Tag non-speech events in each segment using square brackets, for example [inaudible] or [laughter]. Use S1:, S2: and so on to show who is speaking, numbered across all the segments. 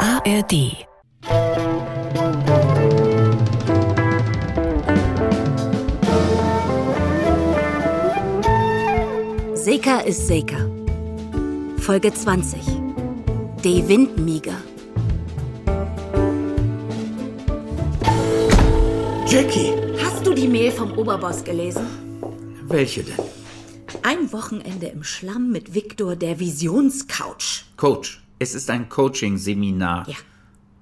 S1: ARD.
S2: Seka ist Seka. Folge 20. Die Windmiger.
S3: Jackie!
S2: Hast du die Mail vom Oberboss gelesen?
S3: Welche denn?
S2: Ein Wochenende im Schlamm mit Viktor der Visionscouch.
S3: Coach. Es ist ein Coaching-Seminar.
S2: Ja.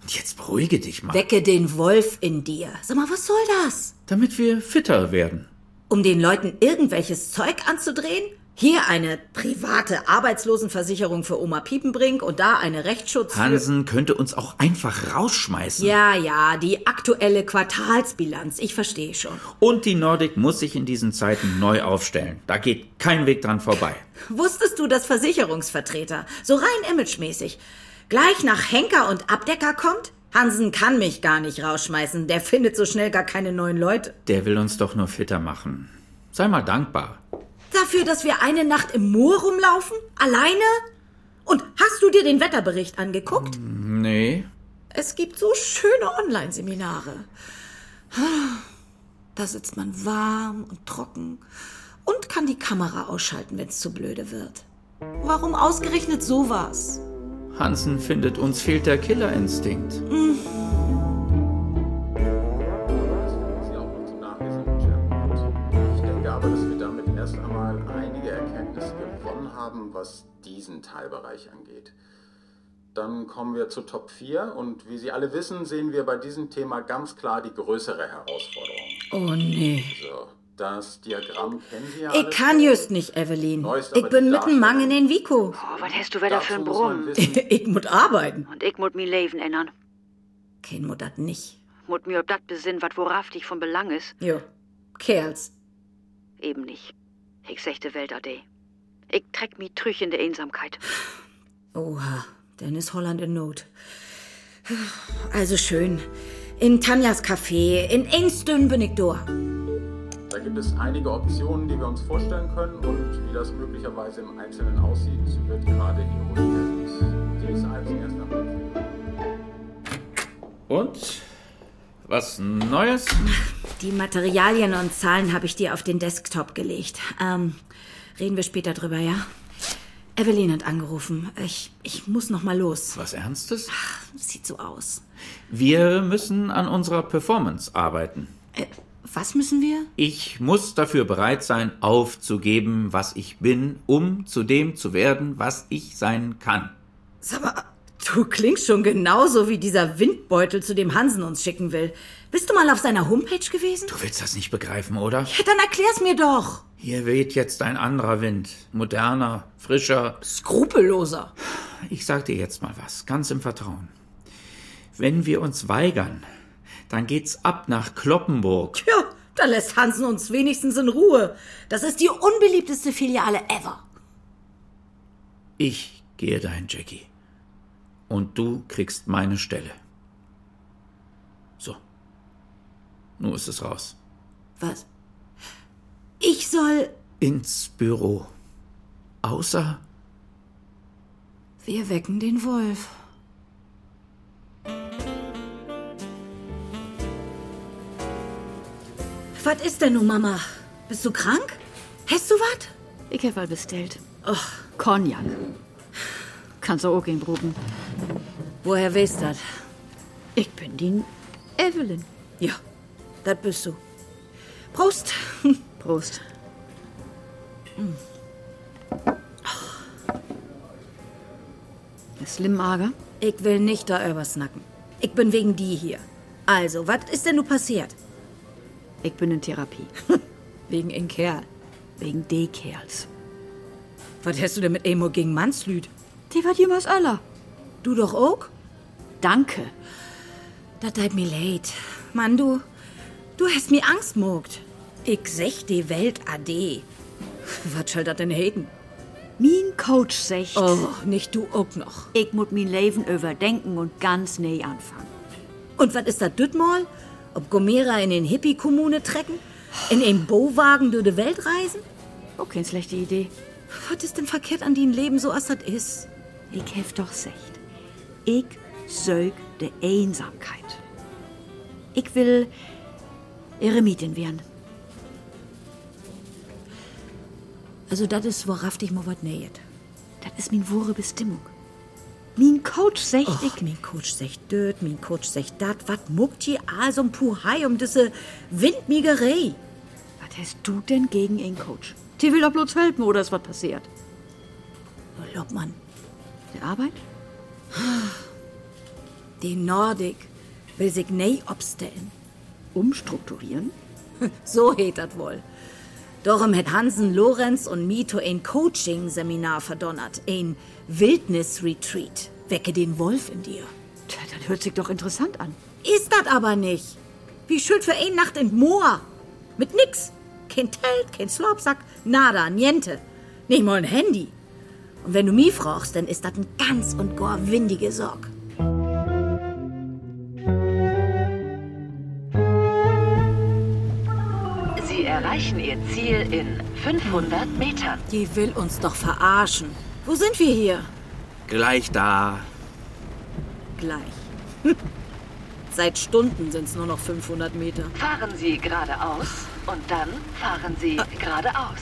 S3: Und jetzt beruhige dich mal.
S2: Wecke den Wolf in dir. Sag mal, was soll das?
S3: Damit wir fitter werden.
S2: Um den Leuten irgendwelches Zeug anzudrehen? Hier eine private Arbeitslosenversicherung für Oma Piepenbrink und da eine Rechtsschutz. für-
S3: Hansen könnte uns auch einfach rausschmeißen.
S2: Ja, ja, die aktuelle Quartalsbilanz. Ich verstehe schon.
S3: Und die Nordic muss sich in diesen Zeiten neu aufstellen. Da geht kein Weg dran vorbei.
S2: Wusstest du, dass Versicherungsvertreter so rein imagemäßig gleich nach Henker und Abdecker kommt? Hansen kann mich gar nicht rausschmeißen. Der findet so schnell gar keine neuen Leute.
S3: Der will uns doch nur fitter machen. Sei mal dankbar.
S2: Dafür, dass wir eine Nacht im Moor rumlaufen? Alleine? Und hast du dir den Wetterbericht angeguckt?
S3: Nee.
S2: Es gibt so schöne Online-Seminare. Da sitzt man warm und trocken und kann die Kamera ausschalten, wenn es zu blöde wird. Warum ausgerechnet sowas?
S3: Hansen findet, uns fehlt der Killerinstinkt.
S4: Ich denke aber, dass wir damit erst einmal einige Erkenntnisse gewonnen haben, was diesen Teilbereich angeht. Dann kommen wir zu Top 4 und wie Sie alle wissen, sehen wir bei diesem Thema ganz klar die größere Herausforderung.
S2: Oh nee.
S4: So, das Diagramm kennen Sie ja.
S2: Ich
S4: alle
S2: kann
S4: schon.
S2: just nicht, Evelyn. Ich bin mitten Mang in den Vico. [laughs]
S5: Oh, was hast du wieder für
S4: Dazu
S5: einen
S4: muss man
S5: Brumm?
S4: wissen,
S2: ich muss arbeiten.
S5: Und ich muss mir Leben ändern.
S2: Kein Mut dat nicht.
S5: Mut mir ob das besinnen, wat worauf dich von Belang ist.
S2: Jo. Kerls.
S5: Eben nicht. Ich sechte Welt ade. Ich treck mi trüch in der Einsamkeit.
S2: Oha, dann ist Holland in Not. Also schön. In Tanjas Café, in Einstön bin ich da.
S4: Da gibt es einige Optionen, die wir uns vorstellen können und wie das möglicherweise im Einzelnen aussieht, wird gerade eruiert. Jedes Einzelne erst einmal.
S3: Und? Was Neues?
S2: Die Materialien und Zahlen habe ich dir auf den Desktop gelegt. Ähm, reden wir später drüber, ja? Evelyn hat angerufen. Ich, ich muss noch mal los.
S3: Was Ernstes?
S2: Sieht so aus.
S3: Wir müssen an unserer Performance arbeiten.
S2: Äh, was müssen wir?
S3: Ich muss dafür bereit sein, aufzugeben, was ich bin, um zu dem zu werden, was ich sein kann.
S2: Sag mal, du klingst schon genauso wie dieser Windbeutel, zu dem Hansen uns schicken will. Bist du mal auf seiner Homepage gewesen?
S3: Du willst das nicht begreifen, oder?
S2: Ja, dann erklär's mir doch.
S3: Hier weht jetzt ein anderer Wind. Moderner, frischer.
S2: Skrupelloser.
S3: Ich sag dir jetzt mal was, ganz im Vertrauen. Wenn wir uns weigern, dann geht's ab nach Kloppenburg.
S2: Ja, dann lässt Hansen uns wenigstens in Ruhe. Das ist die unbeliebteste Filiale ever.
S3: Ich gehe dahin, Jackie. Und du kriegst meine Stelle. So. Nun ist es raus.
S2: Was? Ich soll.
S3: ins Büro. Außer
S2: Wir wecken den Wolf. Was ist denn nun, Mama? Bist du krank? Hast du was?
S5: Ich hab mal bestellt. Och. Cognac. Kannst du auch gehen proben.
S2: Woher weißt du das?
S5: Ich bin die Evelyn.
S2: Ja, das bist du. Prost.
S5: Prost. Mm. Slim mager.
S2: Ich will nicht da snacken. Ich bin wegen die hier. Also, was ist denn nun passiert?
S5: Ich bin in Therapie.
S2: Wegen in Kerl.
S5: Wegen de Kerls.
S2: Was hast du denn mit Emo gegen Mannslüd?
S5: Die wat jemals aller.
S2: Du doch auch?
S5: Danke.
S2: Das tut mir leid. Mann, du, du hast mir Angst mogt. Ich sech die Welt ade. Was soll das denn haten?
S5: Mein Coach sagt,
S2: Oh, nicht du auch noch.
S5: ich muss mein Leben überdenken und ganz neu anfangen.
S2: Und was ist das Dütmal? Ob Gomera in den Hippie-Kommune trecken? In den Bowagen durch die Welt reisen?
S5: Oh, keine schlechte Idee.
S2: Was ist denn verkehrt an deinem Leben, so als das ist?
S5: Ich hef doch secht. Ich Sög der Einsamkeit. Ich will Eremitin werden.
S2: Also das ist, worauf dich mal was näht.
S5: Das ist min wahre Bestimmung. Min Coach sagt,
S2: Ich,
S5: ich,
S2: mein Coach sagt död, mein Coach sagt dat, wat muckt die also um Puhai um diese Windmigerei?
S5: was hast du denn gegen einen Coach? Die will doch bloß helfen, oder ist was passiert?
S2: Oh, Lobmann,
S5: Der Arbeit?
S2: die Nordik will sich nei obstellen.
S5: Umstrukturieren?
S2: So heet dat wohl. Darum het Hansen Lorenz und Mito ein Coaching-Seminar verdonnert, ein Wildnis-Retreat. Wecke den Wolf in dir.
S5: Tja, das hört sich doch interessant an.
S2: Ist das aber nicht. Wie schön für eine Nacht in Moor. Mit nix. Kein Telt, kein Slopsack, nada, niente. Nicht mal ein Handy. Und wenn du mich fragst, dann ist das ein ganz und gar windige Sorg.
S6: Sie erreichen Ihr Ziel in 500 Metern.
S2: Die will uns doch verarschen. Wo sind wir hier?
S3: Gleich da.
S2: Gleich. [laughs] Seit Stunden sind es nur noch 500 Meter.
S6: Fahren Sie geradeaus und dann fahren Sie geradeaus.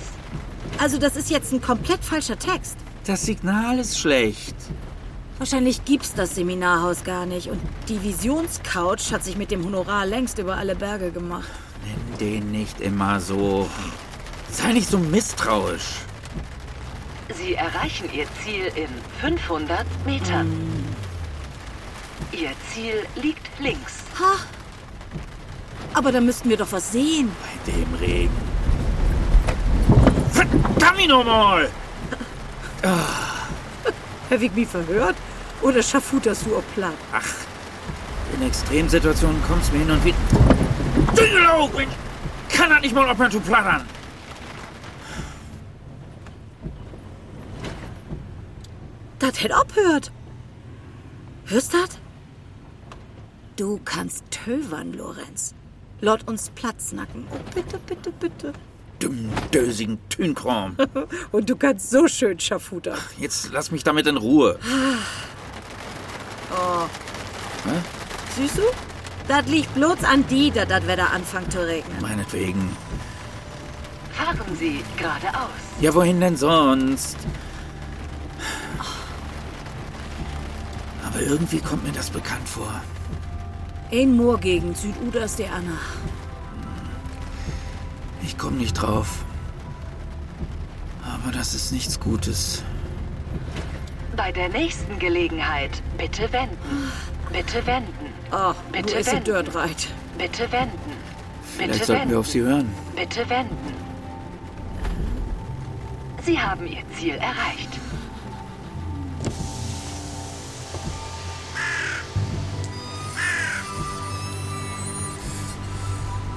S2: Also das ist jetzt ein komplett falscher Text.
S3: Das Signal ist schlecht.
S2: Wahrscheinlich gibt's das Seminarhaus gar nicht und die Visionscouch hat sich mit dem Honorar längst über alle Berge gemacht.
S3: Nenn den nicht immer so. Sei nicht so misstrauisch.
S6: Sie erreichen Ihr Ziel in 500 Metern. Ihr Ziel liegt links.
S2: Aber da müssten wir doch was sehen.
S3: Bei dem Regen. Verdammt ihn nochmal!
S2: Hab ich mich verhört? Oder schaffuterst du auch platt?
S3: In Extremsituationen kommt es mir hin und wieder. Düngelau! Ich kann das nicht mal aufhören zu plattern!
S2: Das hätt abhört. Hörst dat? Du kannst tövern, Lorenz. Laut uns Platznacken. Oh, bitte, bitte, bitte.
S3: Dummen, dösigen Tünkram.
S2: Und du kannst so schön schaffuter.
S3: Jetzt lass mich damit in Ruhe.
S2: Siehst du? Das liegt bloß an die, dass das Wetter anfängt zu regnen.
S3: Meinetwegen.
S6: Fahren Sie geradeaus.
S3: Ja, wohin denn sonst? Aber irgendwie kommt mir das bekannt vor.
S2: In Moorgegend, Süduders der Anna.
S3: Ich komme nicht drauf. Aber das ist nichts Gutes.
S6: Bei der nächsten Gelegenheit bitte wenden. Bitte wenden.
S2: Ach,
S6: Bitte
S2: du ist ein
S6: wenden.
S2: Dörrreit.
S6: Bitte wenden.
S3: Vielleicht
S6: Bitte
S3: sollten wir
S6: wenden.
S3: auf sie hören.
S6: Bitte wenden. Sie haben Ihr Ziel erreicht.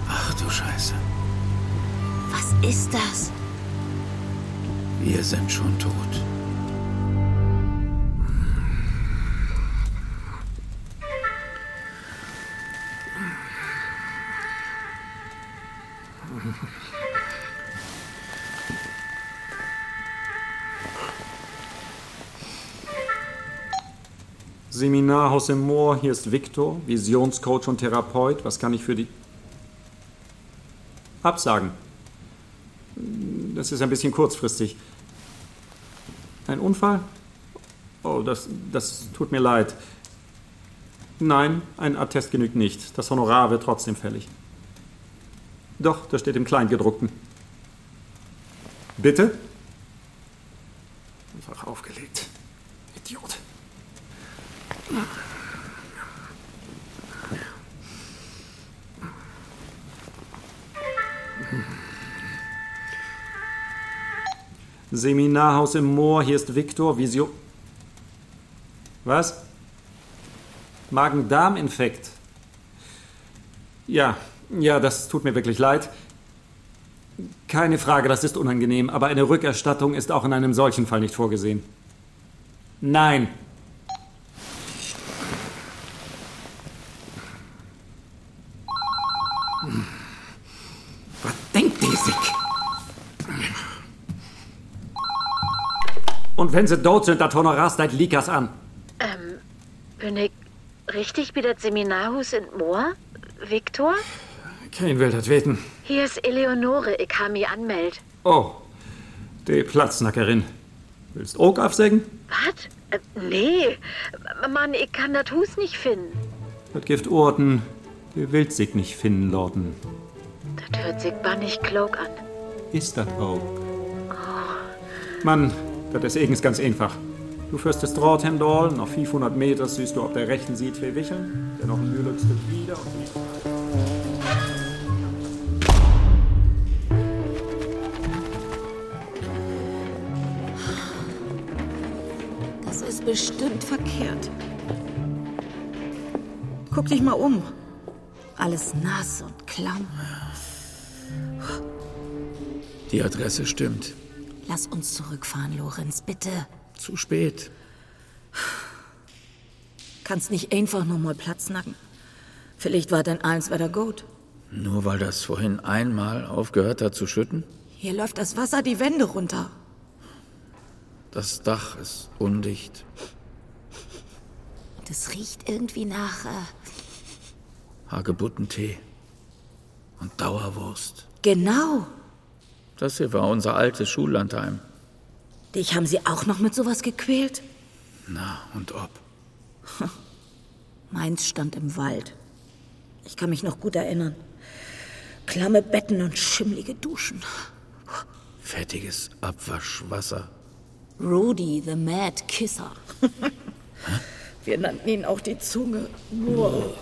S3: Ach du Scheiße.
S2: Was ist das?
S3: Wir sind schon tot.
S7: Seminarhaus im Moor, hier ist Viktor, Visionscoach und Therapeut. Was kann ich für die. Absagen. Das ist ein bisschen kurzfristig. Ein Unfall? Oh, das, das tut mir leid. Nein, ein Attest genügt nicht. Das Honorar wird trotzdem fällig. Doch, das steht im Kleingedruckten. Bitte? Einfach aufgelegt. Idiot. Seminarhaus im Moor, hier ist Viktor, Visio. Was? Magen-Darm-Infekt. Ja, ja, das tut mir wirklich leid. Keine Frage, das ist unangenehm, aber eine Rückerstattung ist auch in einem solchen Fall nicht vorgesehen. Nein. Was denkt die sich? Und wenn sie tot sind, dann Honorar seit Likas an.
S5: Bin ich
S8: Richtig wie das Seminarhus in Moor? Viktor?
S7: Kein will das weten.
S8: Hier ist Eleonore, ich habe mich anmeldet.
S7: Oh, die Platznackerin. Willst auch aufsägen?
S8: Was? Äh, nee, Mann, ich kann das Hus nicht finden.
S7: Das Gift Orten, die will sich nicht finden, Lorden.
S8: Das hört sich bannig klug an.
S7: Ist das auch? Mann, das ist irgends ganz einfach. Du führst das Drahthemdal, nach 500 Metern siehst du auf der rechten Seite zwei Wicheln, dann noch ein Mühlöckstück wieder und links
S2: Das ist bestimmt verkehrt. Guck dich mal um. Alles nass und klamm.
S3: Die Adresse stimmt.
S2: Lass uns zurückfahren, Lorenz, bitte.
S3: Zu spät.
S2: Kannst nicht einfach nur mal Platz nacken. Vielleicht war dein eins wieder gut.
S3: Nur weil das vorhin einmal aufgehört hat zu schütten?
S2: Hier läuft das Wasser die Wände runter.
S3: Das Dach ist undicht.
S8: Und es riecht irgendwie nach. Äh,
S3: Hagebuttentee und Dauerwurst.
S2: Genau.
S3: Das hier war unser altes Schullandheim.
S2: Dich haben sie auch noch mit sowas gequält?
S3: Na, und ob?
S2: Meins stand im Wald. Ich kann mich noch gut erinnern. Klamme Betten und schimmlige Duschen.
S3: Fettiges Abwaschwasser.
S8: Rudy, the Mad Kisser.
S2: [laughs] Wir nannten ihn auch die Zunge. Wow.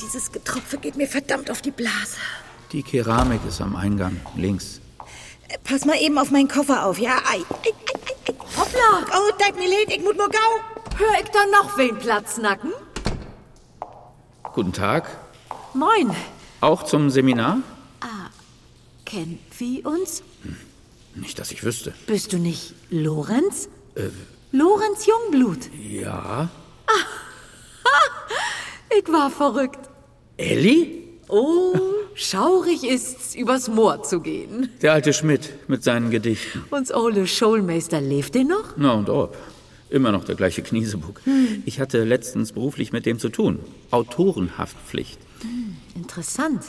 S2: Dieses Getropfe geht mir verdammt auf die Blase.
S3: Die Keramik ist am Eingang, links.
S2: Äh, Pass mal eben auf meinen Koffer auf, ja? Ei, ei, ei, ei, ei. Hoppla! Oh, deib mir leid, ich muss nur gau.
S9: Hör ich da noch wen Platz nacken?
S3: Guten Tag.
S9: Moin.
S3: Auch zum Seminar?
S10: Kennen wir uns?
S3: Nicht, dass ich wüsste.
S10: Bist du nicht Lorenz? Lorenz Jungblut.
S3: Ja.
S10: Ich war verrückt.
S3: Elli?
S10: Oh, schaurig ist's, übers Moor zu gehen.
S3: Der alte Schmidt mit seinen Gedichten.
S10: Uns Ole Schulmeister lebt er noch?
S3: Na und ob. Immer noch der gleiche Kniesebuck. Ich hatte letztens beruflich mit dem zu tun. Autorenhaftpflicht.
S10: Interessant.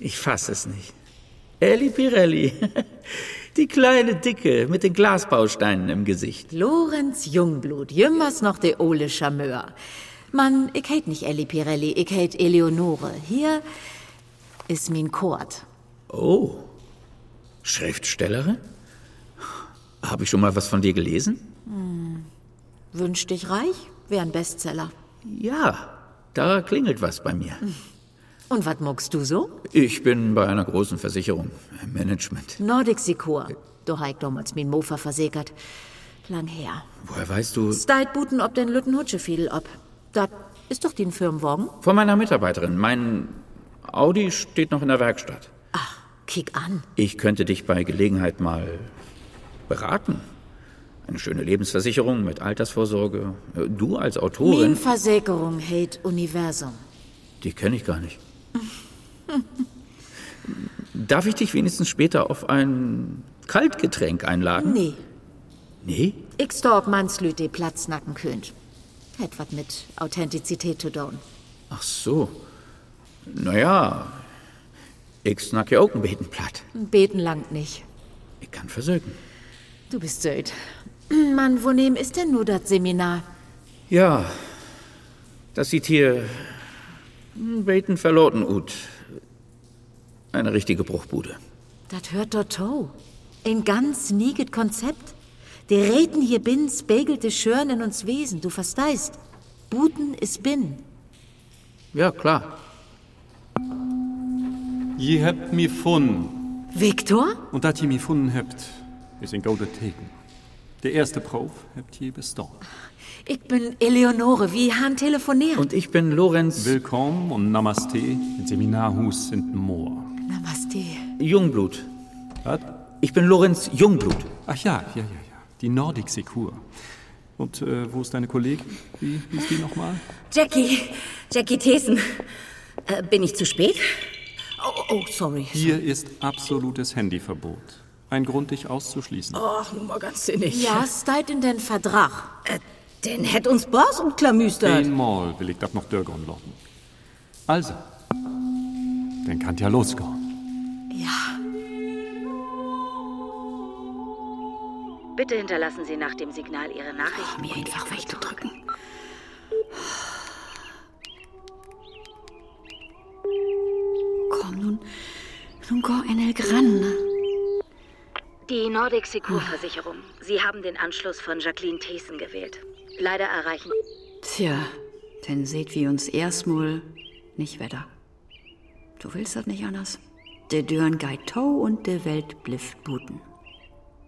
S3: Ich fasse es nicht. Elli Pirelli. [laughs] Die kleine Dicke mit den Glasbausteinen im Gesicht.
S10: Lorenz Jungblut, jümmers noch der Ole Charmeur. Mann, ich hate nicht Elli Pirelli, ich hate Eleonore. Hier ist mein Kord.
S3: Oh. Schriftstellerin? Habe ich schon mal was von dir gelesen?
S10: Wünsch dich reich, wär ein Bestseller.
S3: Ja, da klingelt was bei mir.
S10: Und was muckst du so?
S3: Ich bin bei einer großen Versicherung im Management.
S10: Nordic Secure. Du heik damals mein Mofa versägert. Lang her.
S3: Woher weißt du?
S10: Steit buten ob den Lütten Hutsche fiel ob. Dat ist doch den Firmenwagen.
S3: Von meiner Mitarbeiterin. Mein Audi steht noch in der Werkstatt.
S10: Ach, kick an.
S3: Ich könnte dich bei Gelegenheit mal beraten. Eine schöne Lebensversicherung mit Altersvorsorge. Du als
S10: Min
S3: Autorin,
S10: Versägerung hate Universum.
S3: die kenne ich gar nicht. [laughs] Darf ich dich wenigstens später auf ein Kaltgetränk einladen? Mhm.
S10: Nee,
S3: Nee?
S10: ich stalk Mannslüt de Platznacken könnt. Hätt wat mit Authentizität zu tun.
S3: Ach so. Naja, ich snack ja auch ein Betenblatt.
S10: Beten langt nicht.
S3: Ich kann versögen.
S10: Du bist söd. Mann, wo nehm ist denn nur dat Seminar?
S3: Ja, das sieht hier Beten verloren ut. Eine richtige Bruchbude.
S10: Dat hört dort to. Ein ganz nieget Konzept. Die Reden hier bin spiegelte Schörn in uns Wesen, du versteist. Buten is bin.
S3: Ja, klar.
S7: Ihr habt mir gefunden.
S10: Viktor?
S7: Und dat ihr mir gefunden habt, ist ein guter Taken. Der erste Prof habt ihr bestanden.
S10: Ich bin Eleonore, wie han telefoniert.
S3: Und ich bin Lorenz
S7: Willkommen und Namaste im Seminarhus in Moor.
S10: Namaste.
S3: Jungblut.
S7: Was?
S3: Ich bin Lorenz Jungblut.
S7: Ach ja, ja, ja, ja. Die Nordic Secure. Und äh, wo ist deine Kollegin? Wie hieß die nochmal?
S2: Jackie, Jackie Thesen. Äh, bin ich zu spät? Oh, oh, sorry.
S7: Hier ist absolutes Handyverbot. Ein Grund, dich auszuschließen.
S2: Ach, nun mal ganz sinnig.
S10: Ja, steit in den Vertrag.
S2: Äh, Denn hätt uns Bors umklamüstert.
S7: Einmal will ich das noch dürgern lassen. Also, dann kann ja losgehen.
S11: Bitte hinterlassen Sie nach dem Signal Ihre
S5: um
S11: Nachrichten. mir einfach wegzudrücken.
S5: Komm, nun, nun go enelg ran. Ne?
S11: Die Nordic Secure Versicherung. Sie haben den Anschluss von Jacqueline Thesen gewählt. Leider erreichen.
S5: Tja, denn seht wie uns erstmal nicht wetter. Du willst das nicht anders. Der Dörn geht tau und der Welt blifft buten.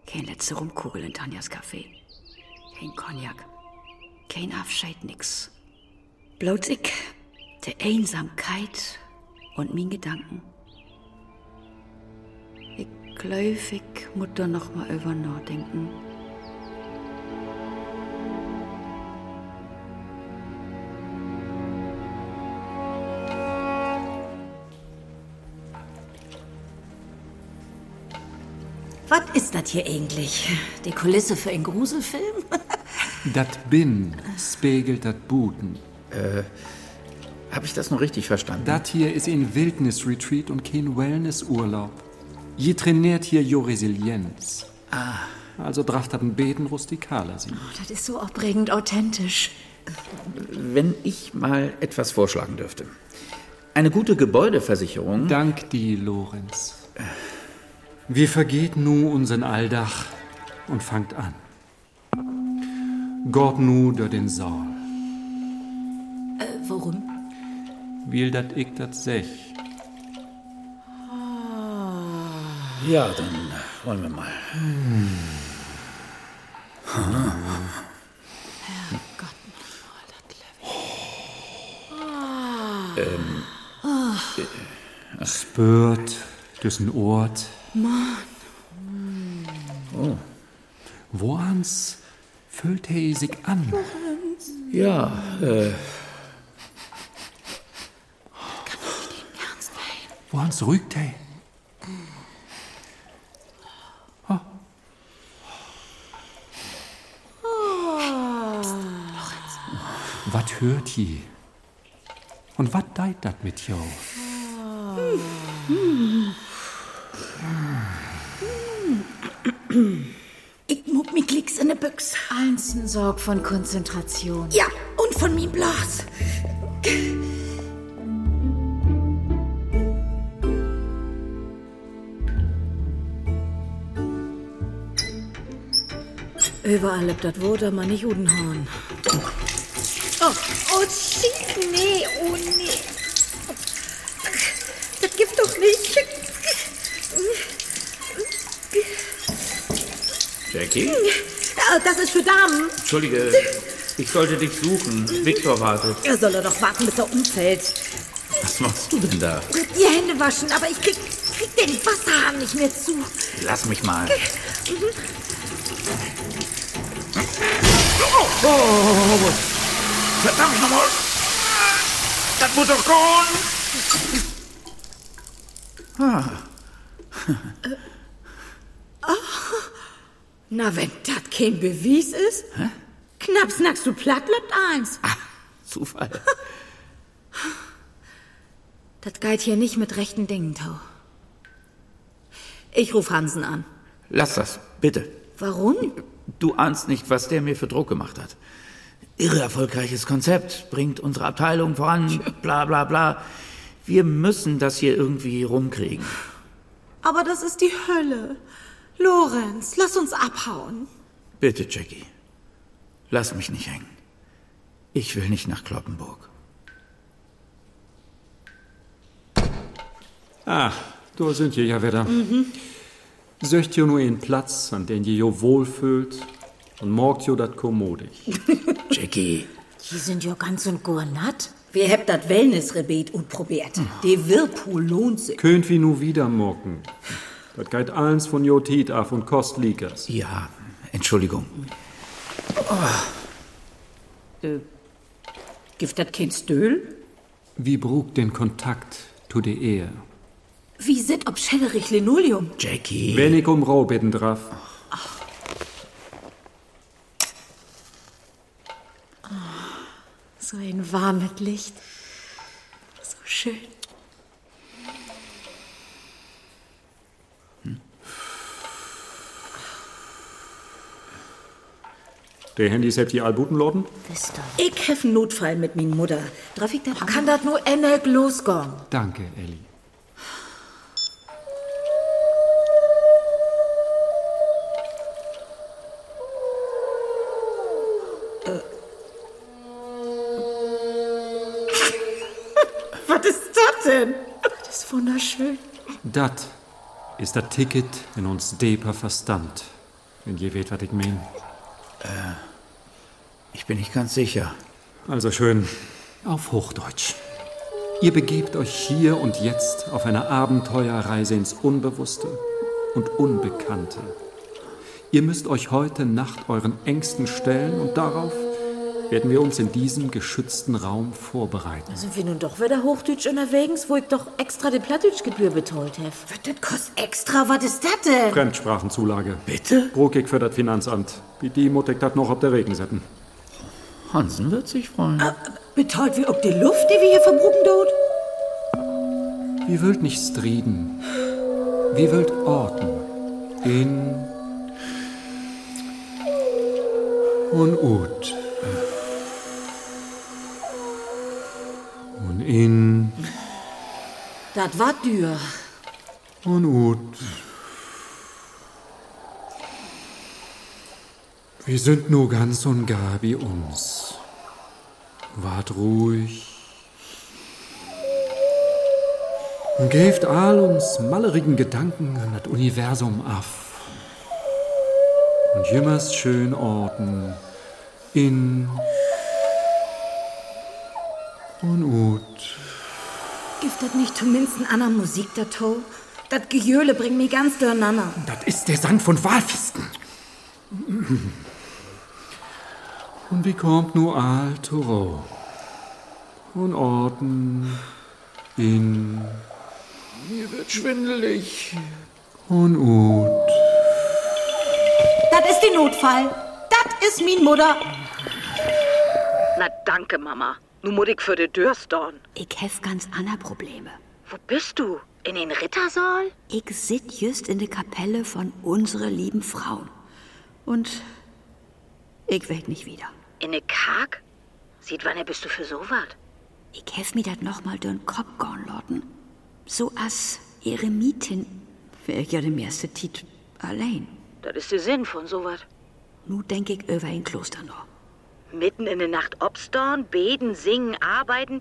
S5: Kein letzte Rumkugel in Tanjas Kaffee. Kein Cognac. Kein Abscheid nix. Bloß ich, der Einsamkeit und mein Gedanken. Ich glaub, ich muss da noch mal über nachdenken.
S2: Was ist das hier eigentlich? Die Kulisse für einen Gruselfilm?
S7: Dat bin spiegelt dat Buten.
S3: Habe ich das noch richtig verstanden?
S7: Dat hier ist ein Wildnis-Retreat und kein Wellness-Urlaub. Je trainiert hier jo Resilienz. Ah. Also draft hat ein Beten rustikaler sie.
S5: Das ist so aufregend authentisch.
S3: Wenn ich mal etwas vorschlagen dürfte. Eine gute Gebäudeversicherung.
S7: Dank dir, Lorenz. Wir vergeht nu unseren Alldach und fangt an. Gott nu da den Saal.
S2: Warum?
S7: Will dat ich dat sech.
S3: ja, dann wollen wir mal.
S7: Spürt düssen Ort. Mann. Oh. Woans füllt he sich an?
S3: Ja, äh,
S7: Woans rügt he? Wat hört je? Und wat deit dat mit jo?
S2: Ich muck mich Klicks in ne Büchs.
S5: Einzeln Sorg von Konzentration.
S2: Ja, und von mir Blas. Überall lebt das Wort, aber nicht Udenhorn.
S5: Oh, oh, shit, nee, oh, nee. Das gibt doch nicht.
S3: Jackie?
S2: Das ist für Damen.
S3: Entschuldige, ich sollte dich suchen. Viktor wartet.
S2: Er soll er doch warten, bis er umfällt.
S3: Was machst du denn da?
S2: Die Hände waschen, aber ich krieg, krieg den Wasserhahn nicht mehr zu.
S3: Lass mich mal. Oh, Verdammt nochmal! Das muss doch gehen!
S2: Na, wenn das kein Beweis ist. Knapp snackst du platt, bleibt eins.
S3: Zufall.
S2: Das geht hier nicht mit rechten Dingen, Tau. Ich ruf Hansen an.
S3: Lass das, bitte.
S2: Warum?
S3: Du ahnst nicht, was der mir für Druck gemacht hat. Irre erfolgreiches Konzept, bringt unsere Abteilung voran, bla bla bla. Wir müssen das hier irgendwie rumkriegen.
S5: Aber das ist die Hölle. Lorenz, lass uns abhauen.
S3: Bitte, Jackie. Lass mich nicht hängen. Ich will nicht nach Kloppenburg.
S7: Ach, da sind je ja wieder. Söcht jo nur einen Platz, an den je jo wohlfühlt und morgt jo dat kommodig.
S3: Jackie,
S10: Die sind ja ganz und gar natt.
S2: Wir hebt das Wellnessrebet und probiert. Der Whirlpool lohnt sich.
S7: Könnt wie nu wieder morgen. Dat geht eins von jo Tiet af und kost Likas.
S3: ja, Entschuldigung.
S2: Gibt das kein Stöhl?
S7: Wie brug den Kontakt zu de Ehe?
S2: Wie sit ob Schellerich Linoleum?
S3: Jackie.
S7: Wenn ich um Rau bitten darf.
S10: So ein warmes Licht. So schön.
S7: Hm? Der Handy selbst die Albutenladen?
S9: Ich hef einen Notfall mit min Mutter.
S10: Darf ich das Kann das nur endlich losgehen?
S7: Danke, Ellie.
S9: Äh. [laughs] Was ist das denn?
S10: Das ist wunderschön.
S7: Dat ist das Ticket in uns deeper Verstand. Wenn je weht, was ich mein.
S3: Ich bin nicht ganz sicher.
S7: Also schön. Auf Hochdeutsch. Ihr begebt euch hier und jetzt auf eine Abenteuerreise ins Unbewusste und Unbekannte. Ihr müsst euch heute Nacht euren Ängsten stellen und darauf werden wir uns in diesem geschützten Raum vorbereiten.
S10: Sind wir nun doch wieder Hochdeutsch unterwegs, wo ich doch extra die Plattdeutschgebühr betollt habe?
S9: Das kostet extra. Was ist das denn?
S7: Fremdsprachenzulage.
S3: Bitte?
S7: Brokig für das Finanzamt. Wie die Mutter das noch auf der Regen setzen.
S3: Hansen wird sich freuen.
S9: Betäubt wie ob die Luft, die wir hier verbrucken dort?
S7: Wir wollt nicht striden. Wir wollt orten. In. Unut. Und in.
S10: Das war dür.
S7: Unut. Wir sind nur ganz und gar wie uns. Wart ruhig. Und geeft all uns mallerigen Gedanken an das Universum ab. Und jümmers schön Orten in Unut.
S9: Gibt das nicht zumindest eine andere Musik dazu? Das Gejöle bringt mich ganz durcheinander.
S7: Das ist der Sand von Walfisken. Und wie kommt nur all Toro? Und Orten in
S3: Mir wird schwindelig.
S7: Unut.
S9: Das ist die Notfall. Das ist min Mutter.
S11: Na danke, Mama. Nu muss ich für de Dörstern.
S5: Ich hef ganz ander Probleme.
S11: Wo bist du? In den Rittersaal?
S5: Ich sit just in der Kapelle von unsere lieben Frauen. Und ich werd nicht wieder.
S11: In de Karg? Sieht wann bist du für so wat?
S5: Ich hef mir dat nochmal dürn Kopf gorn lotten. So as Eremitin wär ich ja dem erste Tit allein.
S11: Das ist der Sinn von so wat.
S5: Nu denk ich über ein Kloster noch.
S11: Mitten in der Nacht obstorn, beten, singen, arbeiten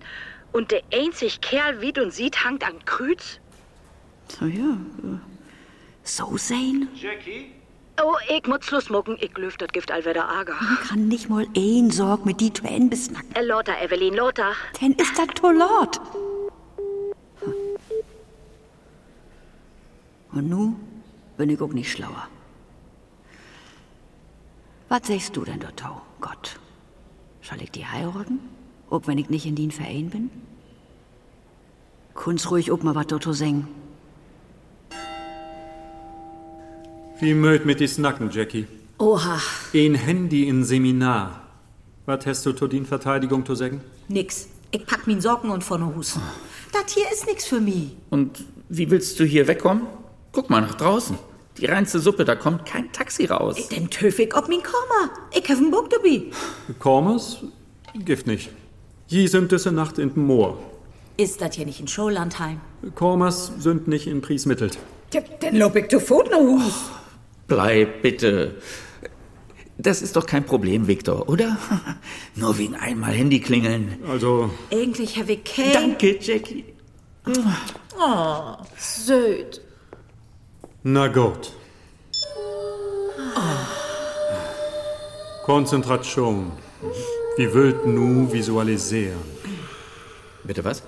S11: und der einzig Kerl wie und sieht hangt an Krüz?
S5: So ja, äh, so sein
S11: Oh, ich muss losmucken, ich löf dat Gift allweder ager.
S5: kann nicht mal ein Sorg mit die Tränen besnacken.
S11: Äh, Lotta, Evelyn, Lotta.
S5: Denn ist das Tolort. Und nu bin ich auch nicht schlauer. Was sagst du denn, Dottau, Gott? Soll ich die heiraten? Ob wenn ich nicht in den Verein bin? Kunst ruhig ob mal was Dotto singen.
S7: Wie mögt mit die Snacken, Jackie?
S9: Oha,
S7: Ein Handy in Seminar. Was hast du zur Dienverteidigung zu sagen?
S9: nix. Ich pack min Socken und vorne Husten. Das hier ist nix für mich.
S3: Und wie willst du hier wegkommen? Guck mal nach draußen. Die reinste Suppe, da kommt kein Taxi raus.
S9: Denn töf ich ob min Komma. Ich hef einen Bock dabei.
S7: Kormes? Gift nicht. Je sind diese Nacht in dem Moor.
S9: Ist das hier nicht in Scholandheim?
S7: Kormers sind nicht in Priesmittelt.
S9: Denn lob ich zu Pfoten Hus.
S3: Bleib bitte. Das ist doch kein Problem, Viktor, oder? [laughs] Nur wegen einmal Handy klingeln.
S7: Also,
S9: Eigentlich hef ich kein...
S3: Danke, Jackie.
S10: Söd.
S7: na gut. Konzentration. Wir wollt nu visualisieren.
S3: Bitte was?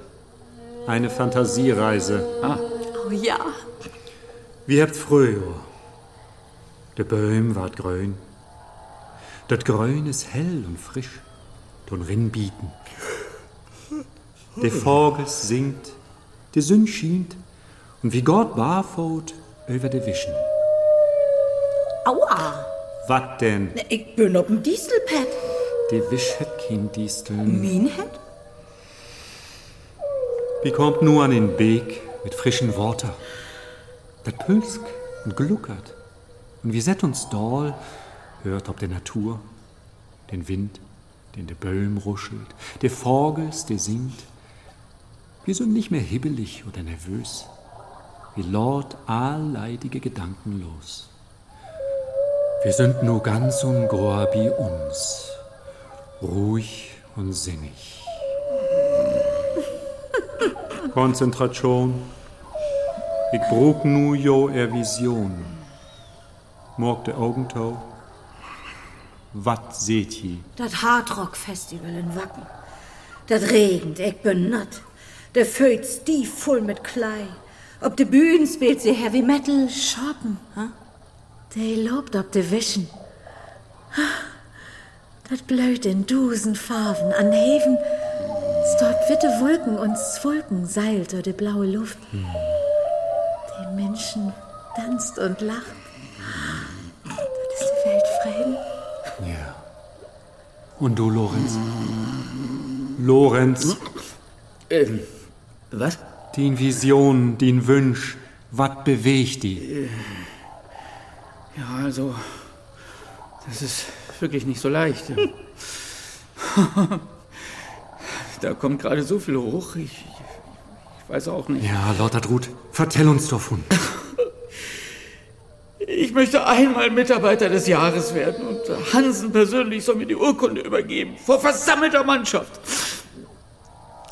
S7: Eine Fantasiereise.
S10: Oh ja.
S7: Wie habt früher. Der Böhm ward grün. Dat Grün ist hell und frisch. Ton Rinn bieten. Der Vogel singt, die Sünn schient. Und wie Gott barfot über de Wischen.
S9: Aua.
S7: Wat denn?
S9: Ich bin ob'm Dieselpad.
S7: die Wischhäppchen-Disteln.
S9: Minhead?
S7: Wie kommt nur an den Weg mit frischen Worten? Das pülsk und gluckert. Und wir set uns doll, hört ob der Natur, den Wind, den der Böhm ruschelt, der Vogels, der singt. Wir sind nicht mehr hibbelig oder nervös. Wir lord alleidige Gedanken los. Wir sind nur ganz und gar wie uns, ruhig und sinnig. Konzentration. Ich brug nu jo er Vision. Morg der Augentau. Wat seht ihr?
S2: Das Hardrock-Festival in Wacken. Das regend, ich bin natt. Der Föt die voll mit Klei. Ob de Bühnen spielt sie Heavy Metal, shoppen. Ha?
S10: Der lobt ob de Wischen. Das blöd in Dusen Farben an Häfen. Stort witte Wolken und Zwulken seilt oder de blaue Luft. Die Menschen tanzt und lacht. Ah, Das ist die Welt Frieden.
S7: Ja. Und du, Lorenz? Lorenz,
S3: Ähm, was?
S7: den Vision, den Wünsch, wat bewegt die?
S3: Ja, also, das ist wirklich nicht so leicht. [laughs] da kommt gerade so viel hoch. Ich, ich weiß auch nicht.
S7: Ja, lauter Ruth, vertell uns davon.
S3: Ich möchte einmal Mitarbeiter des Jahres werden und Hansen persönlich soll mir die Urkunde übergeben. Vor versammelter Mannschaft.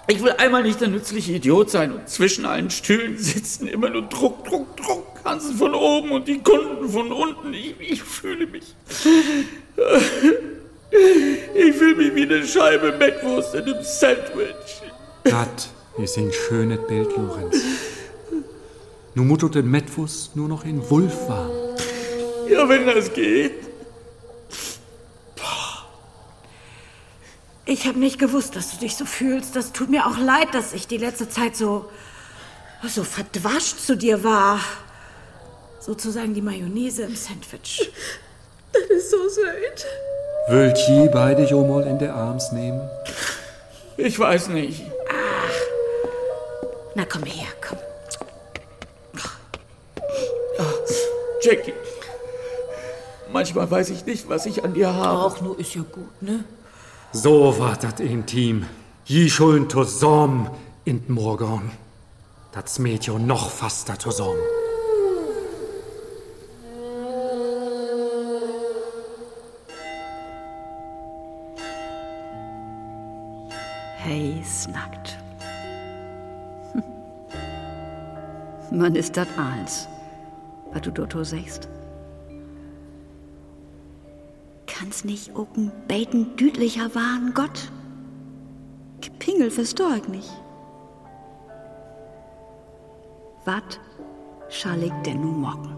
S3: Ich will einmal nicht der nützliche Idiot sein und zwischen allen Stühlen sitzen immer nur Druck, Druck, Druck. Hansen von oben und die Kunden von unten. Ich, ich fühle mich. Ich fühle mich wie eine Scheibe Mettwurst in einem Sandwich.
S7: Dat ist ein schönes Bild, Lorenz. Nu mutto den Metwus nur noch in Wulf war.
S3: Ja, wenn das geht.
S2: Ich habe nicht gewusst, dass du dich so fühlst. Das tut mir auch leid, dass ich die letzte Zeit so. so verdwascht zu dir war. Sozusagen die Mayonnaise im Sandwich.
S7: Wollt je beide jo mal in der Arms nehmen?
S3: Ich weiß nicht.
S2: Na komm her, komm.
S3: Jackie, manchmal weiß ich nicht, was ich an dir habe.
S2: Auch nur ist ja gut, ne?
S7: So war dat intim. Je schulden zusammen in d Morgen. Das Mädchen noch faster zusammen.
S5: Hey, snackt. [laughs] Hm. Man ist dat eins, was du dort sagst. Kann's nicht auch ein beten düdlicher wahren Gott? Gepingel verstor ich nicht. Wat schall ich denn nun morgen?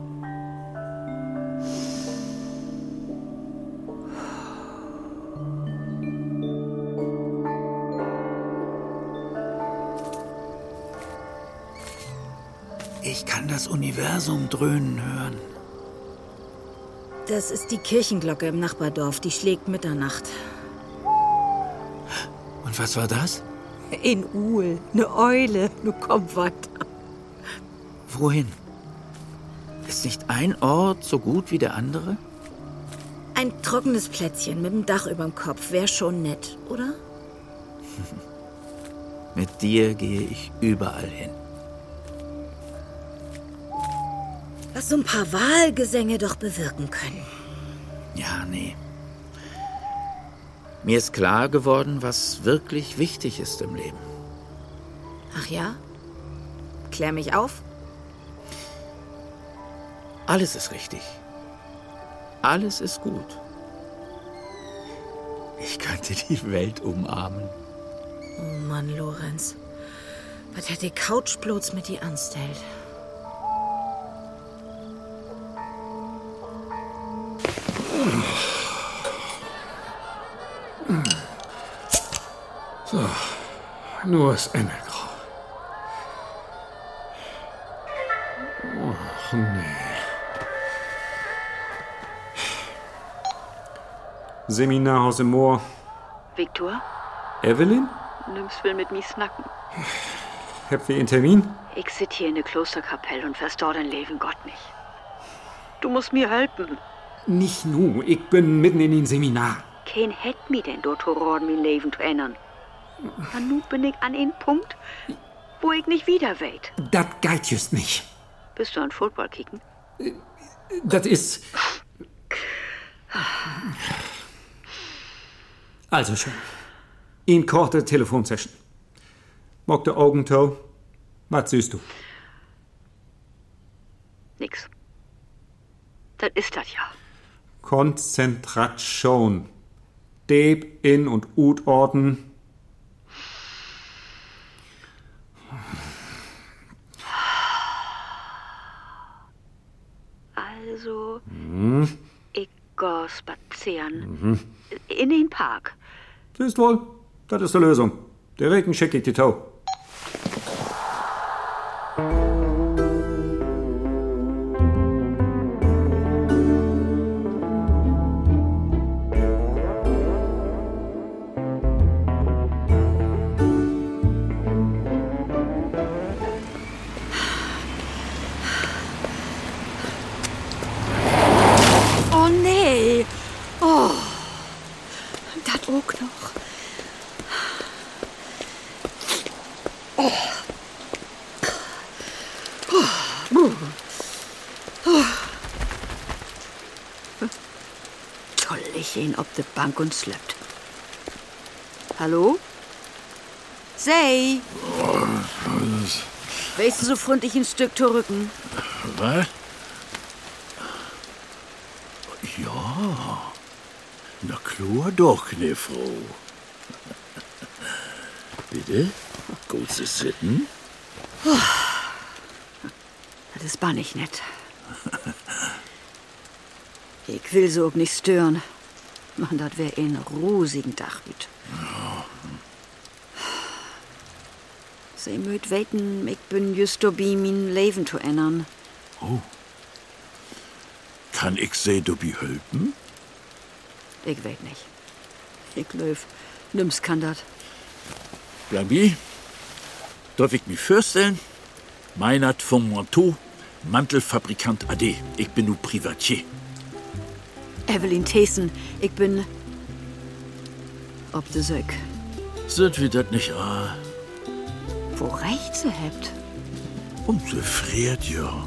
S3: Ich kann das Universum dröhnen hören.
S9: Das ist die Kirchenglocke im Nachbardorf, die schlägt Mitternacht.
S3: Und was war das?
S10: In Uhl, ne Eule, nu komm weiter.
S3: Wohin? Ist nicht ein Ort so gut wie der andere?
S9: Ein trockenes Plätzchen mit dem Dach überm Kopf wäre schon nett, oder?
S3: Mit dir gehe ich überall hin.
S9: Was so ein paar Wahlgesänge doch bewirken können.
S3: Ja, nee. Mir ist klar geworden, was wirklich wichtig ist im Leben.
S9: Ach ja? Klär mich auf.
S3: Alles ist richtig. Alles ist gut. Ich könnte die Welt umarmen.
S9: Oh Mann, Lorenz. Was hat die Couch bloß mit dir anstellt?
S7: Nur das Engelgrau. Ach nee. Seminarhaus im Moor,
S11: Viktor,
S7: Evelyn?
S11: nimmst will mit mir snacken.
S7: Habt ihr einen Termin?
S11: Ich sit hier in der Klosterkapelle und verstor dein Leben Gott nicht. Du musst mir helfen.
S7: Nicht nu, ich bin mitten in den Seminar.
S11: Kein hätt mi denn dort Rohren, mein Leben zu ändern. Aber nun bin ich an einen Punkt, wo ich nicht wieder weht.
S7: Dat geht just nicht.
S11: Bist du an Football kicken?
S7: Das ist. Also schön. In korte Telefonsession. Mock der Augentau. Was siehst du?
S11: Nix. Das ist das ja.
S7: Konzentration. Deb, In- und Utorten.
S11: Also, ich geh spazieren. In den Park.
S7: Siehst wohl, das ist die Lösung. Der Regen schicke ich die Tau.
S5: Oh nee. Oh. Das auch noch. Oh. Oh. Toll, ich ihn ob de Bank und slöppt. Hallo? Sei! Weißt du, so freundlich ein Stück zurücken?
S3: Was? Ja. Na klar doch, ne Frau. Bitte? Gut zu sitten?
S5: Das ist bar nicht nett. Ich will so auch nicht stören. Mann, das wär ein rosigen Tag mit. Sie mögt weten, ich bin just dabei, mein Leben zu ändern.
S3: Kann ich se dobi helfen?
S5: Ich weet nicht. Ich löf, nimm's kann dat.
S3: Blabi? Darf ich mich vorstellen? Meinert vom Manteau, Mantelfabrikant AD. Ich bin nu Privatier.
S5: Evelyn Thesen, ich bin... Ob de Söck.
S3: Sind wir das nicht ah?
S5: Wo recht sie hebt?
S3: Und sie friert ja.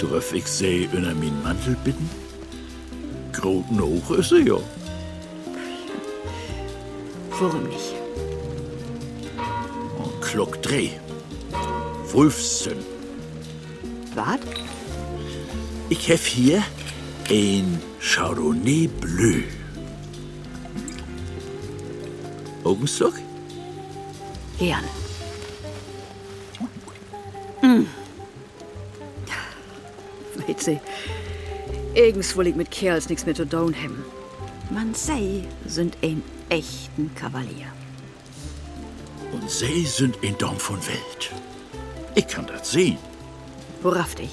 S3: Darf ich sie über meinen Mantel bitten? Groten hoch ist sie ja.
S5: Warum nicht?
S3: Und Ah, Glock dreh. Wolfsson.
S5: Wat?
S3: Ich hef hier ein Chardonnay Bleu. Augenstock?
S5: Gern. Mm. Weet sie, irgends will ich mit Kerls nichts mehr zu tun haben. Man sei, sind ein echten Kavalier.
S3: Und sie sind ein Dom von Welt. Ich kann das sehen.
S5: Worauf dich?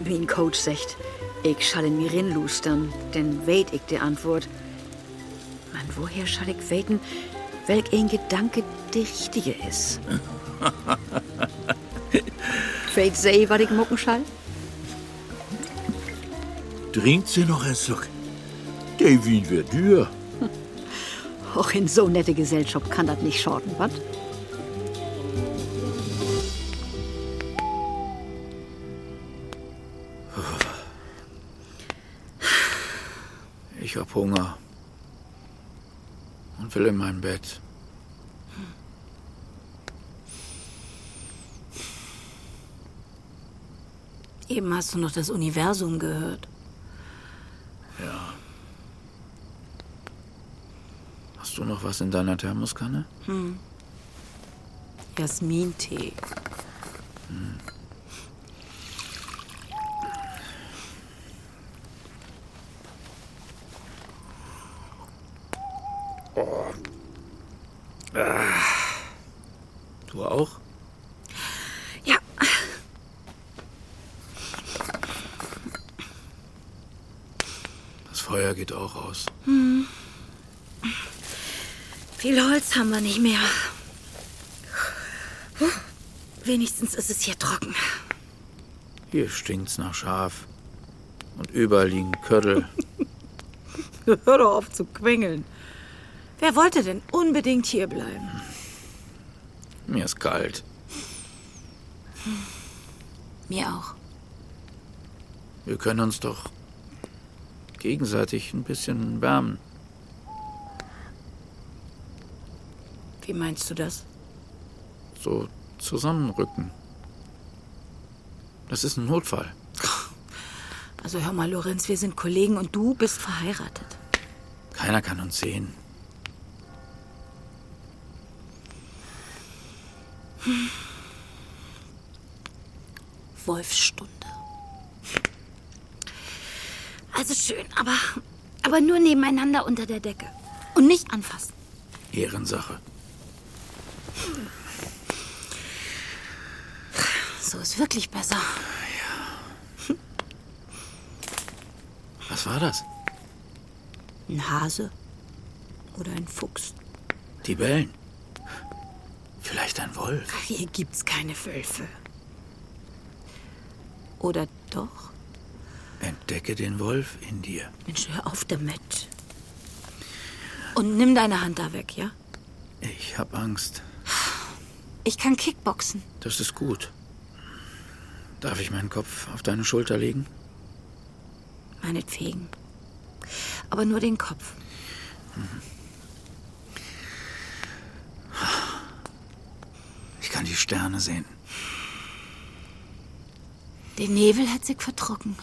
S5: Wie ein Coach sagt, ich schall in mir rinlustern, denn weet ich die Antwort. Mann, woher schall ich weten, welch ein Gedanke der richtige
S3: [laughs]
S5: ist? Weet sei, was ich mucken schall?
S3: Trinkt sie noch ein Schluck. Der Wein wird dür.
S5: Auch in so nette Gesellschaft kann das nicht schaden, was?
S12: Ich hab Hunger. Und will in mein Bett.
S2: Eben hast du noch das Universum gehört.
S12: Hast du noch was in deiner Thermoskanne?
S2: Jasmintee.
S12: Du auch?
S2: Ja.
S12: Das Feuer geht auch aus.
S2: Viel Holz haben wir nicht mehr. Puh, Wenigstens ist es hier trocken.
S3: Hier stinkt's nach Schaf. Und überall liegen Köttel.
S13: Hör doch auf zu quengeln. Wer wollte denn unbedingt hier bleiben?
S3: Mir ist kalt.
S2: Mir auch.
S3: Wir können uns doch gegenseitig ein bisschen wärmen.
S2: Wie meinst du das?
S3: So zusammenrücken. Das ist ein Notfall.
S2: Also hör mal, Lorenz, wir sind Kollegen und du bist verheiratet.
S3: Keiner kann uns sehen.
S2: Wolfsstunde. Also schön, aber, aber nur nebeneinander unter der Decke. Und nicht anfassen.
S3: Ehrensache.
S2: So ist wirklich besser.
S3: Was war das?
S2: Ein Hase oder ein Fuchs.
S3: Die Bellen. Vielleicht ein Wolf.
S2: Hier gibt's keine Wölfe. Oder doch?
S3: Entdecke den Wolf in dir.
S2: Mensch, hör auf damit. Und nimm deine Hand da weg, ja?
S3: Ich hab Angst.
S2: Ich kann Kickboxen.
S3: Das ist gut. Darf ich meinen Kopf auf deine Schulter legen?
S2: Meinetwegen. Aber nur den Kopf.
S3: Ich kann die Sterne sehen.
S2: Der Nebel hat sich vertrocken.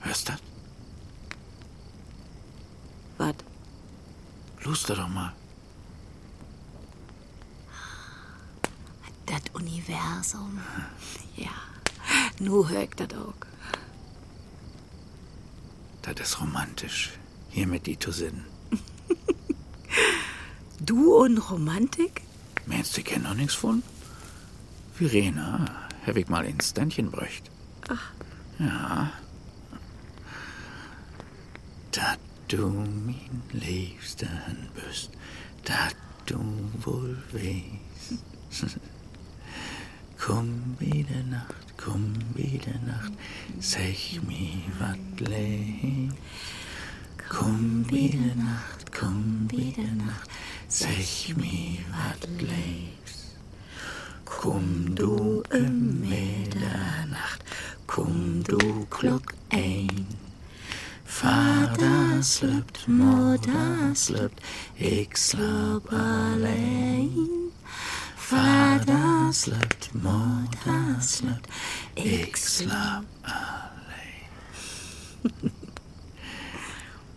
S3: Hörst du?
S2: Was?
S3: Luster doch mal.
S2: Das Universum. Ja. Nu hör ich das auch.
S3: Das ist romantisch. Hier mit die zu sinnen.
S2: [laughs] Du und Romantik?
S3: Meinst du, die kennen noch nichts von? Verena, hab ich mal ins Ständchen bräucht. Ach. Ja. Da du mein Liebsten bist, da du wohl weißt. Komm wieder Nacht, komm wieder Nacht, sag mir was leid. Komm wieder Nacht, komm wieder Nacht, sag mir was leid. Komm du um Mitternacht, komm du Glock ein. Vater slüppt, Mutter slüppt, ich slüpp allein. Vater slüppt, Mutter slüppt, ich slüpp allein. [laughs]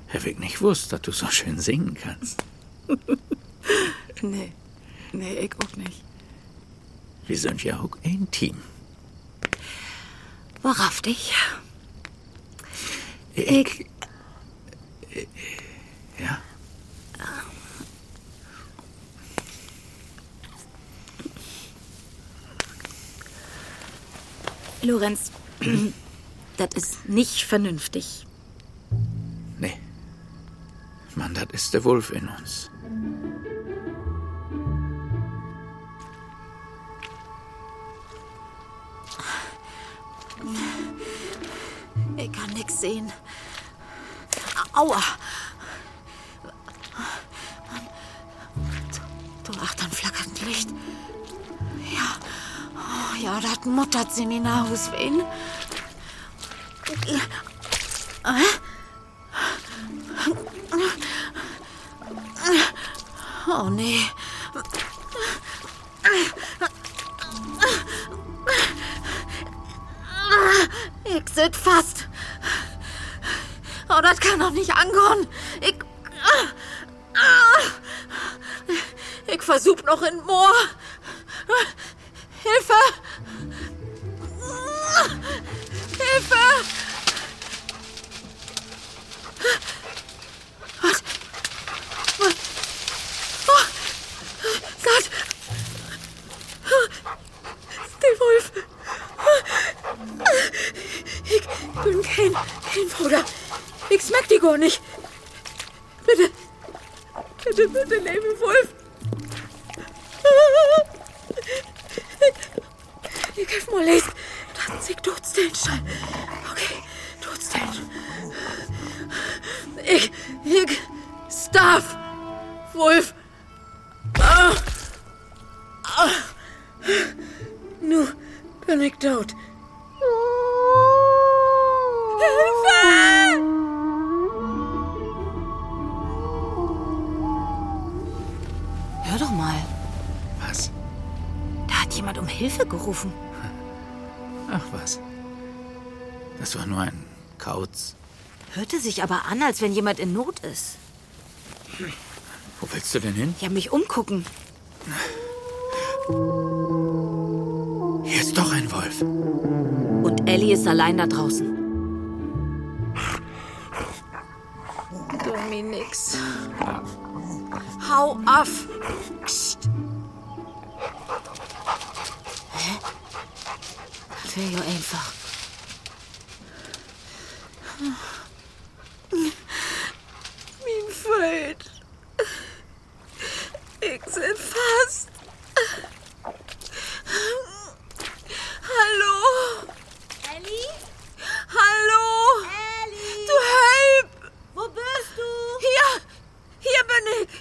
S3: Hätte ich nicht gewusst, dass du so schön singen kannst.
S2: Nee. Nee, ich auch nicht.
S3: Wir sind ja auch ein Team.
S2: Worauf dich?
S3: Ich. Ja?
S2: Lorenz, [clears throat] das ist nicht vernünftig.
S3: Nee. Mann, das ist der Wolf in uns.
S2: Ich kann nix sehen. Aua! Du ach, dann flackert ein Licht. Ja, oh, ja, das muttert sie mir nach wen. Äh? Oh nee. Ich sit fast. Oh, das kann doch nicht angehen. Ich. Ah, ah. Ich versuch noch in Moor. Hilfe! Hilfe! Was? Was? Oh Gott! Der Wolf! Ich bin kein, kein Bruder. Ich schmeck die gar nicht. Bitte,
S10: Bitte, bitte, lebe Wolf. Ihr könnt mal lesen. Danzig Todstenstein. Okay, Todstein. Ich, ich, Staff, Wolf. Ah, ah. Nu bin ich tot. Hilfe!
S14: Hör doch mal.
S15: Was?
S14: Da hat jemand um Hilfe gerufen.
S15: Ach was. Das war nur ein Kauz.
S14: Hörte sich aber an, als wenn jemand in Not ist.
S15: Wo willst du denn hin?
S14: Ja, mich umgucken.
S15: Hier ist doch ein Wolf.
S14: Und Ellie ist allein da draußen.
S10: Dominix. Hau auf! Psst.
S14: Das wäre ja einfach.
S10: Mein Feind. Ich sind fast. Hallo?
S16: Ellie?
S10: Hallo?
S16: Ellie?
S10: Du Help!
S16: Wo bist du?
S10: Hier! Hier bin ich!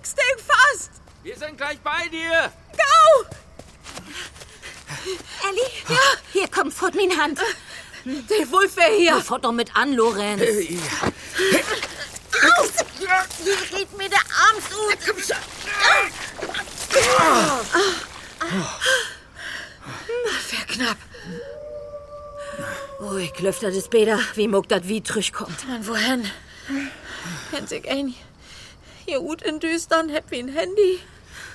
S10: Ich steck fast!
S3: Wir sind gleich bei dir.
S10: Go!
S14: Ellie? Ja? Hier, komm, fort mir in Hand.
S10: Der Wolf wäre hier.
S14: Ja, fort doch mit an, Lorenz.
S16: Aus! Hier geht mir der Arm zu. Komm schon.
S10: Wäre knapp.
S14: Oh, ich klöfter das Bäder, wie muck dat wie kommt.
S10: Man, wohin? Kennt sich ein. Hier gut in Düstern, hab wie ein Handy.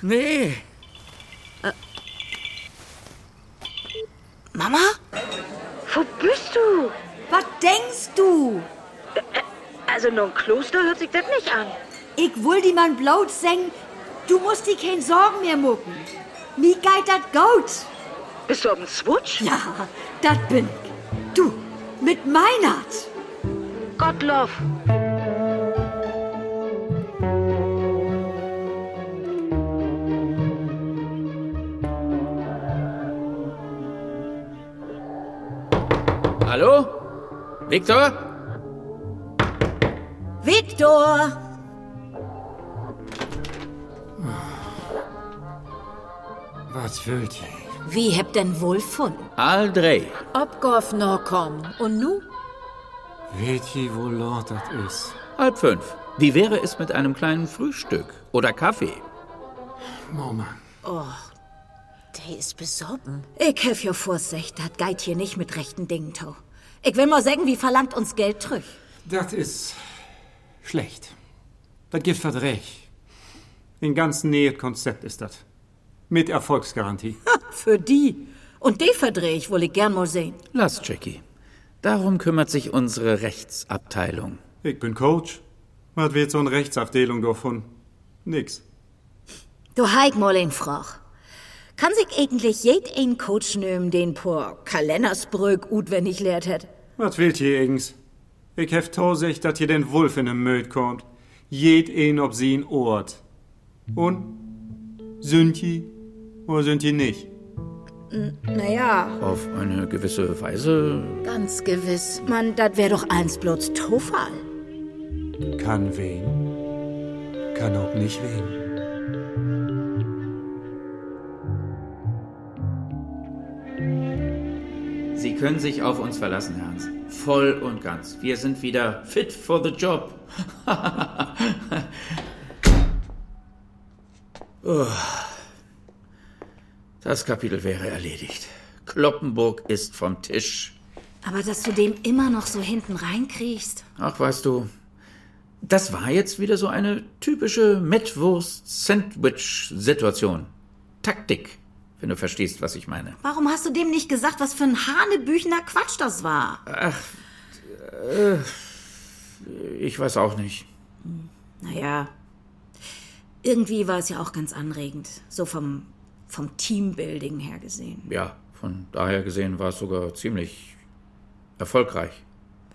S3: Nee.
S14: Mama?
S11: Wo bist du?
S17: Was denkst du?
S11: Also, nun Kloster hört sich das nicht an.
S17: Ich will die man bloß sengen. Du musst die kein Sorgen mehr mucken. Mi geht dat gut.
S11: Bist du auf dem Swutsch?
S17: Ja, dat bin ich. Du, mit meinert.
S11: Gottlob.
S3: Hallo? Viktor?
S2: Viktor!
S7: Was wollt ihr?
S14: Wie habt denn wohl von?
S3: All drei.
S10: Obgorf noch kommen. Und nu?
S7: Weht ihr, wo Lord das ist?
S3: Halb fünf. Wie wäre es mit einem kleinen Frühstück oder Kaffee?
S7: Mama.
S14: Der ist besoffen. Ich helf ja Vorsicht, dat geit hier nicht mit rechten Dingen, Tau. Ich will mal sagen, wie verlangt uns Geld zurück.
S7: Das ist schlecht. Das gibt Verträg. In ganz Nähe Konzept ist das. Mit Erfolgsgarantie.
S2: Für die. Und die verdreh ich, wohl ich gern mal sehen.
S3: Lass, Jackie. Darum kümmert sich unsere Rechtsabteilung.
S7: Ich bin Coach. Was wird so eine Rechtsabteilung davon? Nix.
S2: Du heig mal in Frach. Kann sich eigentlich jed ein Coach nehmen, den por Kalendersbrück gut wenn ich lehrt hätt?
S7: Was wollt ihr eigens? Ich hef tausig, dat ihr den Wolf in den Möd kommt. Jed een ob sie ihn Ort. Und? Sind die oder sind die nicht?
S2: Naja,
S3: Auf eine gewisse Weise.
S10: Ganz gewiss.
S2: Mann, dat wär doch eins bloß Tofall.
S7: Kann wehen. Kann auch nicht wehen.
S3: Sie können sich auf uns verlassen, Herr Hans. Voll und ganz. Wir sind wieder fit for the job. [laughs] Uah. Oh. das Kapitel wäre erledigt. Kloppenburg ist vom Tisch.
S14: Aber dass du dem immer noch so hinten reinkriechst.
S3: Ach, weißt du, das war jetzt wieder so eine typische Mettwurst-Sandwich-Situation. Taktik, wenn du verstehst, was ich meine.
S2: Warum hast du dem nicht gesagt, was für ein hanebüchener Quatsch das war?
S3: Ich weiß auch nicht.
S2: Naja, irgendwie war es ja auch ganz anregend. So vom, vom Teambuilding her gesehen.
S3: Ja, von daher gesehen war es sogar ziemlich erfolgreich.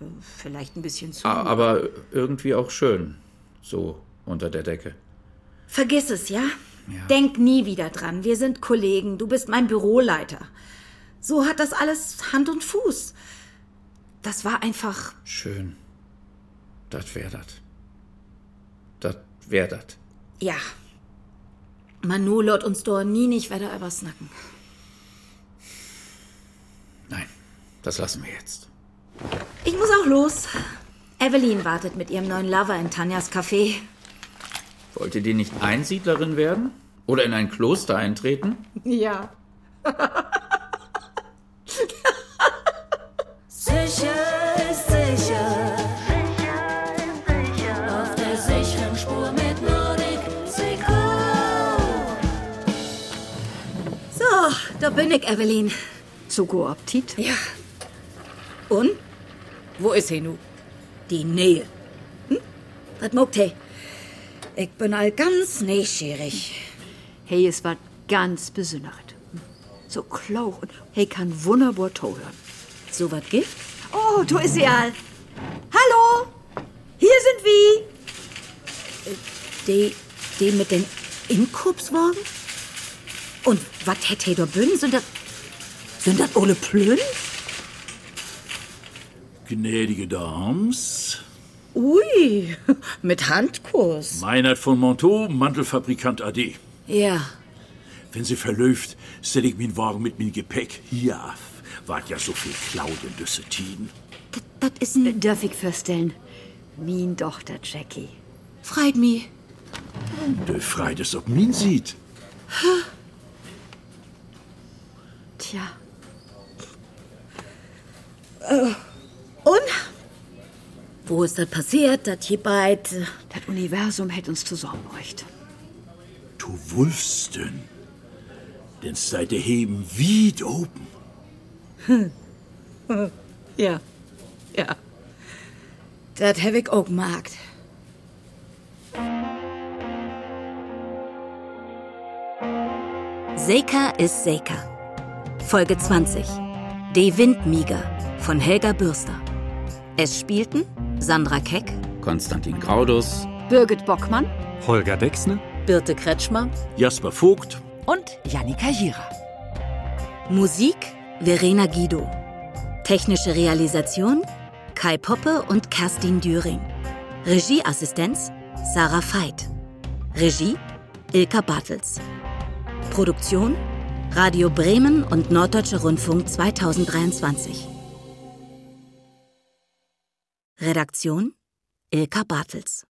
S3: Ah,
S2: Vielleicht ein bisschen zu.
S3: A- Aber irgendwie auch schön. So unter der Decke.
S2: Vergiss es, ja? Denk nie wieder dran. Wir sind Kollegen. Du bist mein Büroleiter. So hat das alles Hand und Fuß. Das war einfach.
S3: Schön. Das wär dat. Das wär dat.
S2: Ja. Manu lot uns doch nie nicht wieder übersnacken.
S3: Nein, das lassen wir jetzt.
S2: Ich muss auch los. Evelyn wartet mit ihrem neuen Lover in Tanjas Café.
S3: Wollte die nicht Einsiedlerin werden? Oder in ein Kloster eintreten?
S2: Ja.
S18: Sicher ist sicher. Auf der sicheren Spur mit Nordic Seco.
S2: So, da bin ich, Evelyn.
S5: Zu go Appetit?
S2: Ja. Und? Wo ist sie nu? Die Nähe. Hm? Was mogt he? Ich bin all ganz neugierig.
S5: Hey, es war ganz besündert. So klauch und hey kann wunderbar toll hören.
S2: So was gibt?
S17: Oh, du ist sie all. Hallo, hier sind wir.
S2: Die, die mit den Inkubswagen? Und was hätt he da bünn? Sind das, sind das alle Plön?
S15: Gnädige Dams,
S17: [laughs]
S2: Ui, mit Handkurs.
S15: Meinert von Monteau, Mantelfabrikant AD.
S2: Ja.
S15: Wenn Sie verlöft, stell ich min Wagen mit min Gepäck hier auf. Wart ja so viel Cloud in Düsseldien.
S2: Das ist ein...
S5: Darf ich vorstellen? Min Tochter Jackie.
S2: Freit mi.
S15: De freit es ob min sieht.
S5: Tja,
S2: Und? Wo ist das passiert, dass hier beid...
S5: das Universum hätte uns zusammengebracht.
S15: Du Wulfsten. Denn seit der Heben weit oben.
S2: Ja, ja. Das hab ich auch gemerkt.
S19: Seika ist Seika. Folge 20. Die Windmieger von Helga Bürster. Es spielten Sandra Keck,
S3: Konstantin Graudus.
S5: Birgit Bockmann,
S7: Holger Dexne,
S19: Birte Kretschmer
S15: Jasper Vogt,
S19: und Janika Jira. Musik Verena Guido. Technische Realisation Kai Poppe und Kerstin Düring. Regieassistenz Sarah Veit. Regie Ilka Bartels. Produktion Radio Bremen und Norddeutscher Rundfunk 2023. Redaktion Ilka Bartels.